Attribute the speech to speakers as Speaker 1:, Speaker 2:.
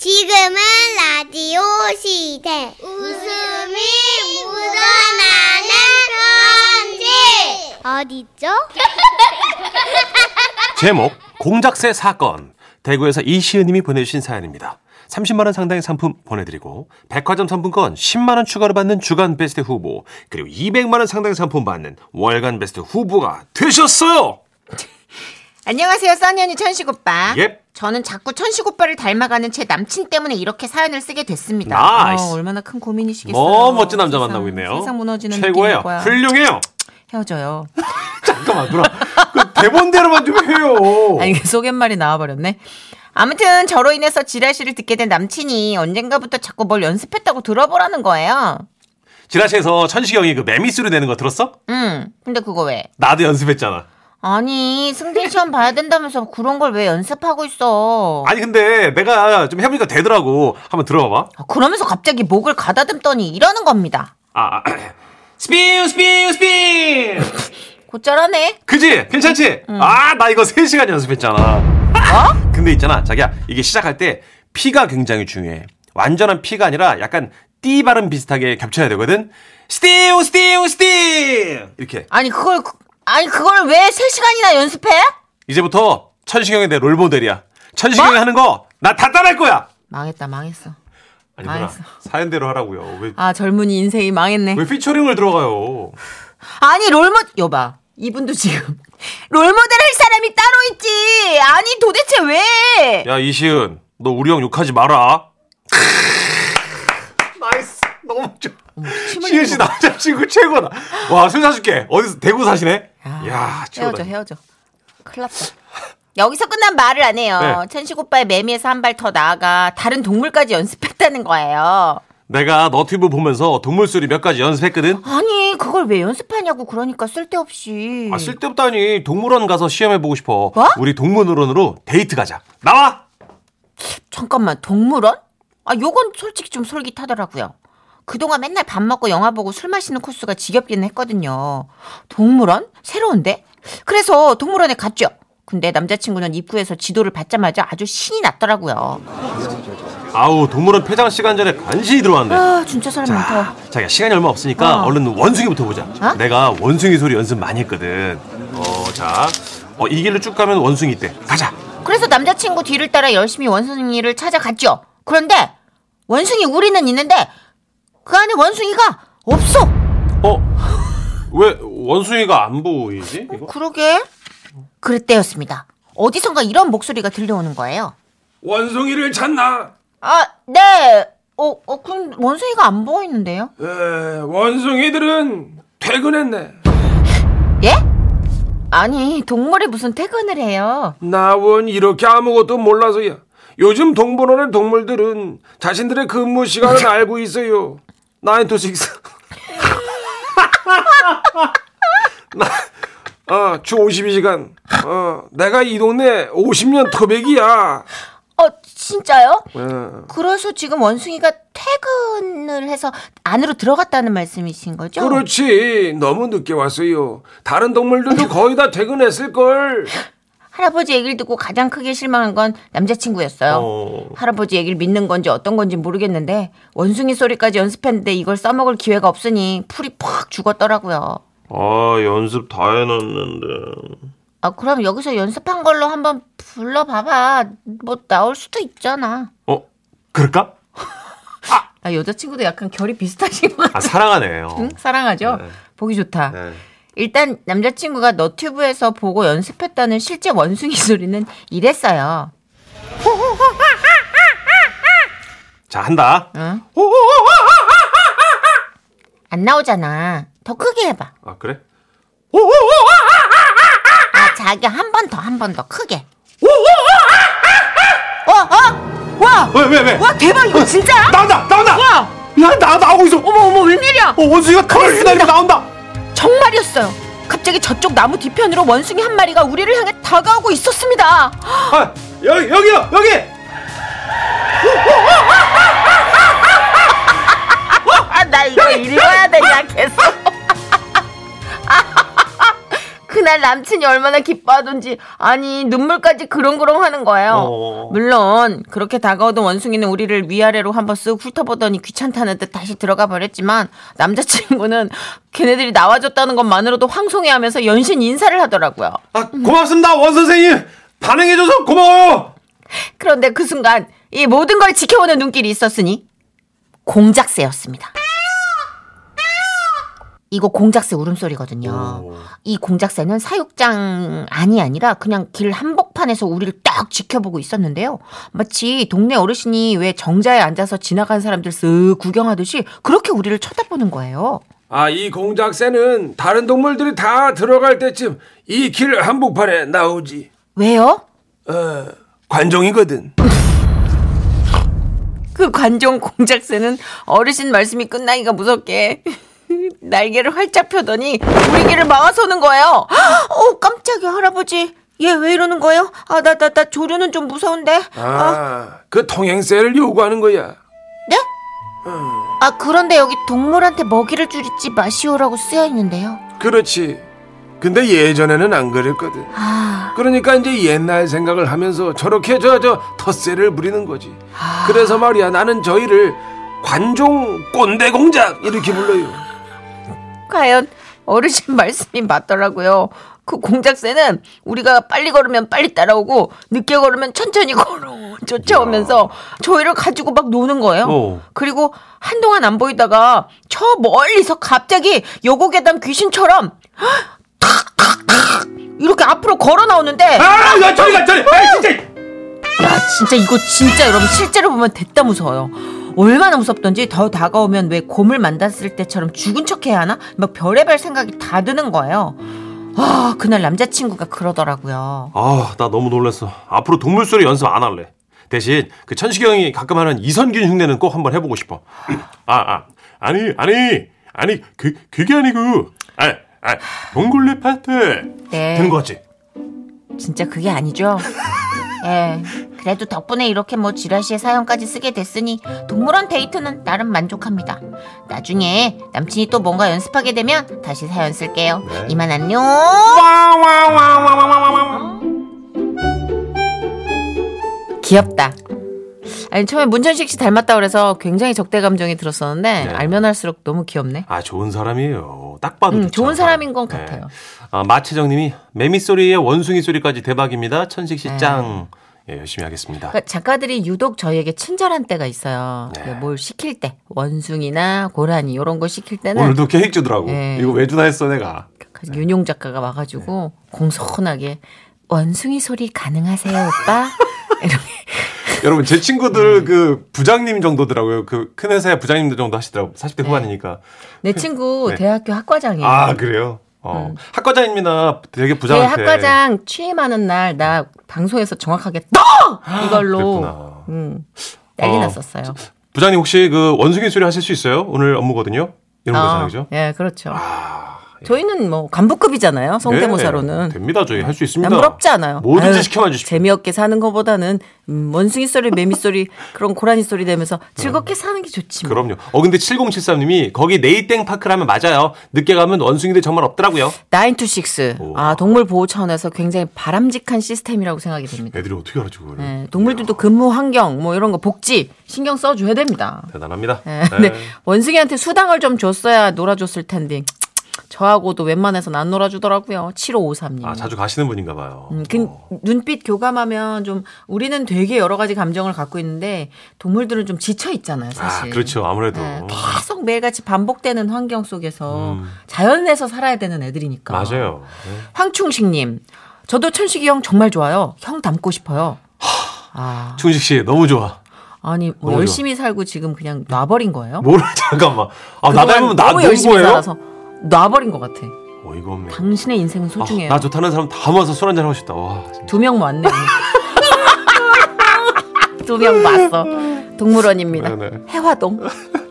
Speaker 1: 지금은 라디오 시대. 웃음이 묻어나는 편지. 어디죠?
Speaker 2: 제목 공작새 사건 대구에서 이시은님이 보내주신 사연입니다. 30만 원 상당의 상품 보내드리고 백화점 상품권 10만 원 추가로 받는 주간 베스트 후보 그리고 200만 원 상당의 상품 받는 월간 베스트 후보가 되셨어요.
Speaker 3: 안녕하세요, 써니언니 천식 오빠.
Speaker 2: 예.
Speaker 3: 저는 자꾸 천식 오빠를 닮아가는 제 남친 때문에 이렇게 사연을 쓰게 됐습니다.
Speaker 2: 나이스.
Speaker 3: 아, 얼마나 큰 고민이시겠어요.
Speaker 2: 뭐 멋진 남자
Speaker 3: 세상,
Speaker 2: 만나고 있네요.
Speaker 3: 세상 무너지는
Speaker 2: 최고예요.
Speaker 3: 느낌일 거야.
Speaker 2: 훌륭해요.
Speaker 3: 헤어져요.
Speaker 2: 잠깐만 누나 그 대본대로만 좀 해요.
Speaker 3: 아니, 소갯말이 나와버렸네. 아무튼 저로 인해서 지라시를 듣게 된 남친이 언젠가부터 자꾸 뭘 연습했다고 들어보라는 거예요.
Speaker 2: 지라시에서 천식형이 그 매미수로 내는 거 들었어?
Speaker 3: 응. 근데 그거 왜?
Speaker 2: 나도 연습했잖아.
Speaker 3: 아니, 승진 시험 봐야 된다면서 그런 걸 왜 연습하고 있어?
Speaker 2: 아니 근데 내가 좀 해보니까 되더라고. 한번 들어봐봐.
Speaker 3: 아, 그러면서 갑자기 목을 가다듬더니 이러는 겁니다.
Speaker 2: 아, 아 스피우 스피우 스피우.
Speaker 3: 곧잘하네.
Speaker 2: 그지? 괜찮지? 아, 나 이거 3시간 연습했잖아. 어? 근데 있잖아, 자기야. 이게 시작할 때 피가 굉장히 중요해. 완전한 피가 아니라 약간 띠 발음 비슷하게 겹쳐야 되거든? 스티우, 스티우, 스티우! 이렇게.
Speaker 3: 아니 그걸 그- 아니 그걸 왜 3시간이나 연습해?
Speaker 2: 이제부터 천식형이 내 롤모델이야. 천식형이 하는 거, 나 다 따라할 거야!
Speaker 3: 망했다 망했어.
Speaker 2: 아니구나.
Speaker 3: 알았어.
Speaker 2: 사연대로 하라고요. 왜,
Speaker 3: 아 젊은이 인생이 망했네.
Speaker 2: 왜 피처링을 들어가요?
Speaker 3: 아니 롤모 여봐 이분도 지금 롤모델 할 사람이 따로 있지. 아니 도대체 왜?
Speaker 2: 야, 이시은. 너 우리 형 욕하지 마라. 나이스. 너무 좋아.
Speaker 3: 음, 힘을
Speaker 2: 시은 씨 남자친구 최고다. 와, 술 사줄게. 어디서 대구 사시네?
Speaker 3: 아,
Speaker 2: 야, 최고다.
Speaker 3: 헤어져 헤어져. 큰일 났다. 여기서 끝난 말을 안 해요.
Speaker 2: 네.
Speaker 3: 천식 오빠의 매미에서 한 발 더 나아가 다른 동물까지 연습했다는 거예요.
Speaker 2: 내가 너튜브 보면서 동물 소리 몇 가지 연습했거든.
Speaker 3: 아니 그걸 왜 연습하냐고 그러니까 쓸데없이.
Speaker 2: 아, 쓸데없다니. 동물원 가서 시험해 보고 싶어.
Speaker 3: 네. 뭐?
Speaker 2: 우리 동물원으로 데이트 가자. 나와.
Speaker 3: 잠깐만 동물원? 아 요건 솔직히 좀 솔깃하더라고요. 그동안 맨날 밥 먹고 영화 보고 술 마시는 코스가 지겹기는 했거든요. 동물원? 새로운데? 그래서 동물원에 갔죠. 근데 남자친구는 입구에서 지도를 받자마자 아주 신이 났더라고요.
Speaker 2: 아우, 동물원 폐장 시간 전에 간신히 들어왔네.
Speaker 3: 아 진짜 사람 많다.
Speaker 2: 자기야, 시간이 얼마 없으니까
Speaker 3: 어.
Speaker 2: 얼른 원숭이부터 보자. 내가 원숭이 소리 연습 많이 했거든. 어, 자. 어, 이 길로 쭉 가면 원숭이 있대. 가자.
Speaker 3: 그래서 남자친구 뒤를 따라 열심히 원숭이를 찾아갔죠. 그런데 원숭이 우리는 있는데 그 안에 원숭이가 없어.
Speaker 2: 어? 왜 원숭이가 안 보이지? 이거?
Speaker 3: 그러게. 그때였습니다. 어디선가 이런 목소리가 들려오는 거예요.
Speaker 2: 원숭이를 찾나?
Speaker 3: 아, 네. 어, 어, 그럼 원숭이가 안 보이는데요?
Speaker 4: 에, 원숭이들은 퇴근했네.
Speaker 3: 예? 아니, 동물이 무슨 퇴근을 해요?
Speaker 4: 나원 이렇게 아무것도 몰라서야. 요즘 동물원의 동물들은 자신들의 근무 시간을 알고 있어요. 9 to 6. 나, 어, 주 52시간. 어, 내가 이 동네 50년 토백이야.
Speaker 3: 어, 진짜요?
Speaker 4: 어,
Speaker 3: 그래서 지금 원숭이가 퇴근을 해서 안으로 들어갔다는 말씀이신 거죠?
Speaker 4: 그렇지. 너무 늦게 왔어요. 다른 동물들도 거의 다 퇴근했을걸.
Speaker 3: 할아버지 얘기를 듣고 가장 크게 실망한 건 남자친구였어요.
Speaker 2: 어.
Speaker 3: 할아버지 얘기를 믿는 건지 어떤 건지 모르겠는데 원숭이 소리까지 연습했는데 이걸 써먹을 기회가 없으니 풀이 팍 죽었더라고요.
Speaker 2: 아, 연습 다 해놨는데.
Speaker 3: 아, 그럼 여기서 연습한 걸로 한번 불러봐봐. 뭐 나올 수도 있잖아.
Speaker 2: 어? 그럴까?
Speaker 3: 아, 여자친구도 약간 결이 비슷하신 것 같아.
Speaker 2: 아, 사랑하네요.
Speaker 3: 응? 사랑하죠? 보기 좋다.
Speaker 2: 네.
Speaker 3: 일단 남자친구가 너튜브에서 보고 연습했다는 실제 원숭이 소리는 이랬어요.
Speaker 2: 자, 한다.
Speaker 3: 응? 안 나오잖아. 더 크게 해봐.
Speaker 2: 아, 그래?
Speaker 3: 아, 자기 한 번 더, 한 번 더 크게. 아, 어, 어? 와!
Speaker 2: 왜, 왜, 왜?
Speaker 3: 와, 대박! 이거 진짜야?
Speaker 2: 나온다! 나온다!
Speaker 3: 와!
Speaker 2: 야, 나, 나오고 있어!
Speaker 3: 어머, 어머, 웬일이야!
Speaker 2: 어, 원숭이가 털을 휘날리고 나온다!
Speaker 3: 정말이었어요. 갑자기 저쪽 나무 뒤편으로 원숭이 한 마리가 우리를 향해 다가오고 있었습니다.
Speaker 2: 아, 여기, 여기요! 여기!
Speaker 3: 아, 나 이거 읽어야 되냐, 계속. 그 그날 남친이 얼마나 기뻐하던지 아니 눈물까지 그렁그렁 하는 거예요.
Speaker 2: 어.
Speaker 3: 물론 그렇게 다가오던 원숭이는 우리를 위아래로 한번 쓱 훑어보더니 귀찮다는 듯 다시 들어가 버렸지만 남자친구는 걔네들이 나와줬다는 것만으로도 황송해하면서 연신 인사를 하더라고요.
Speaker 2: 아, 고맙습니다, 원 선생님. 반응해줘서 고마워요.
Speaker 3: 그런데 그 순간 이 모든 걸 지켜보는 눈길이 있었으니 공작새였습니다. 이거 공작새 울음소리거든요.
Speaker 2: 오.
Speaker 3: 이 공작새는 사육장 안이 아니라 그냥 길 한복판에서 우리를 딱 지켜보고 있었는데요. 마치 동네 어르신이 왜 정자에 앉아서 지나간 사람들 쓱 구경하듯이 그렇게 우리를 쳐다보는 거예요.
Speaker 4: 아, 이 공작새는 다른 동물들이 다 들어갈 때쯤 이 길 한복판에 나오지.
Speaker 3: 왜요?
Speaker 4: 어, 관종이거든.
Speaker 3: 그 관종 공작새는 어르신 말씀이 끝나기가 무섭게 날개를 활짝 펴더니 우리 길을 막아서는 거예요. 어 깜짝이야 할아버지. 얘 왜 이러는 거예요? 아 나 나 나 조류는 좀 무서운데. 아,
Speaker 4: 아, 그 통행세를 요구하는 거야.
Speaker 3: 네? 아 그런데 여기 동물한테 먹이를 줄이지 마시오라고 쓰여 있는데요.
Speaker 4: 그렇지. 근데 예전에는 안 그랬거든.
Speaker 3: 아
Speaker 4: 그러니까 이제 옛날 생각을 하면서 저렇게 저 저 텃세를 부리는 거지. 그래서 말이야 나는 저희를 관종 꼰대 공작 이렇게 불러요.
Speaker 3: 과연 어르신 말씀이 맞더라고요. 그 공작새는 우리가 빨리 걸으면 빨리 따라오고 늦게 걸으면 천천히 걸어 쫓아오면서 저희를 가지고 막 노는 거예요.
Speaker 2: 어.
Speaker 3: 그리고 한동안 안 보이다가 저 멀리서 갑자기 여고괴담 귀신처럼 탁탁탁 이렇게 앞으로 걸어 나오는데
Speaker 2: 아, 야, 저리 가, 저리. 아, 진짜.
Speaker 3: 야 아, 진짜 이거 진짜 여러분 실제로 보면 됐다 무서워요. 얼마나 무섭던지 더 다가오면 왜 곰을 만났을 때처럼 죽은 척해야 하나? 막 별의별 생각이 다 드는 거예요. 아 그날 남자친구가 그러더라고요.
Speaker 2: 아, 나 너무 놀랐어. 앞으로 동물 소리 연습 안 할래. 대신 그 천식형이 가끔 하는 이선균 흉내는 꼭 한번 해보고 싶어. 아, 아, 아니, 아니, 아니, 그 그게 아니고, 아, 아, 봉골레 파트.
Speaker 3: 네.
Speaker 2: 되는 거 같지?
Speaker 3: 진짜 그게 아니죠. 예. 그래도 덕분에 이렇게 뭐 지라시의 사연까지 쓰게 됐으니 동물원 데이트는 나름 만족합니다. 나중에 남친이 또 뭔가 연습하게 되면 다시 사연 쓸게요. 이만 안녕. 귀엽다. 아니 처음에 문천식 씨 닮았다 그래서 굉장히 적대 감정이 들었었는데
Speaker 2: 네.
Speaker 3: 알면 할수록 너무 귀엽네.
Speaker 2: 아, 좋은 사람이에요. 딱 봐도
Speaker 3: 음,
Speaker 2: 좋잖아.
Speaker 3: 좋은 사람인 것 같아요.
Speaker 2: 아, 마채정님이 매미 소리에 원숭이 소리까지 대박입니다. 천식 씨 짱. 예, 열심히 하겠습니다.
Speaker 3: 네. 그러니까 작가들이 유독 저희에게 친절한 때가 있어요. 그
Speaker 2: 네.
Speaker 3: 뭘 시킬 때 원숭이나 고라니 이런 거 시킬 때는
Speaker 2: 오늘도 케이크 주더라고.
Speaker 3: 네.
Speaker 2: 이거 왜 주나 했어 내가.
Speaker 3: 그 윤용 작가가 와가지고 공손하게 원숭이 소리 가능하세요 오빠?
Speaker 2: 여러분 제 친구들
Speaker 3: 음.
Speaker 2: 그 부장님 정도더라고요. 그 큰 회사의 부장님들 정도 하시더라고. 40대
Speaker 3: 네.
Speaker 2: 후반이니까.
Speaker 3: 내 친구
Speaker 2: 네.
Speaker 3: 대학교 학과장이에요.
Speaker 2: 아 그래요? 어. 학과장님이나 되게
Speaker 3: 제
Speaker 2: 부장한테.
Speaker 3: 음. 네, 학과장 취임하는 날 나 방송에서 정확하게 떠 이걸로
Speaker 2: 아, 그랬구나.
Speaker 3: 음, 난리
Speaker 2: 어,
Speaker 3: 났었어요.
Speaker 2: 부장님 혹시 그 원숭이 소리 하실 수 있어요? 오늘 업무거든요. 이런
Speaker 3: 어,
Speaker 2: 거잖아요, 그죠?
Speaker 3: 예, 그렇죠. 저희는 뭐 간부급이잖아요. 성대모사로는.
Speaker 2: 네, 됩니다. 저희 할 수 있습니다.
Speaker 3: 난 부럽지 않아요.
Speaker 2: 뭐든지
Speaker 3: 아유,
Speaker 2: 시켜만 주십시오.
Speaker 3: 재미없게 사는 것보다는 음, 원숭이 소리, 매미 소리, 그런 고라니 소리 내면서 즐겁게 사는 게 좋지. 뭐.
Speaker 2: 음. 그럼요. 어 근데 7073님이 거기 네이땡 파크라면 맞아요. 늦게 가면 원숭이들 정말 없더라고요.
Speaker 3: 나인투식스. 아, 동물 보호 차원에서 굉장히 바람직한 시스템이라고 생각이 됩니다.
Speaker 2: 애들이 어떻게 알아지 그걸?
Speaker 3: 네, 동물들도 근무 환경, 뭐 이런 거 복지 신경 써 줘야 됩니다.
Speaker 2: 대단합니다.
Speaker 3: 네, 근데 원숭이한테 수당을 좀 줬어야 놀아줬을 텐데 저하고도 웬만해서는 안 놀아주더라고요. 7553님.
Speaker 2: 아 자주 가시는 분인가 봐요.
Speaker 3: 음, 그
Speaker 2: 어.
Speaker 3: 눈빛 교감하면 좀 우리는 되게 여러 가지 감정을 갖고 있는데 동물들은 좀 지쳐 있잖아요, 사실.
Speaker 2: 아 그렇죠. 아무래도
Speaker 3: 네, 계속 매일같이 반복되는 환경 속에서 자연에서 살아야 되는 애들이니까.
Speaker 2: 음. 맞아요. 네.
Speaker 3: 황충식님, 저도 천식이 형 정말 좋아요. 형 닮고 싶어요. 아,
Speaker 2: 충식 씨 너무 좋아.
Speaker 3: 아니 뭐
Speaker 2: 너무
Speaker 3: 열심히 살고 지금 그냥 놔버린 거예요?
Speaker 2: 뭐를 잠깐만. 아, 나
Speaker 3: 그동안
Speaker 2: 닮으면 나
Speaker 3: 너무
Speaker 2: 좋은
Speaker 3: 열심히
Speaker 2: 거예요?
Speaker 3: 살아서 놔버린 것 같아.
Speaker 2: 어이가 없네.
Speaker 3: 당신의 인생은
Speaker 2: 아,
Speaker 3: 소중해요.
Speaker 2: 나 좋다는 사람 다 모아서 술 한잔 하고 싶다. 와. 진짜.
Speaker 3: 두 명 왔네. 두 명 왔어. 동물원입니다.
Speaker 2: 네네.
Speaker 3: 해화동.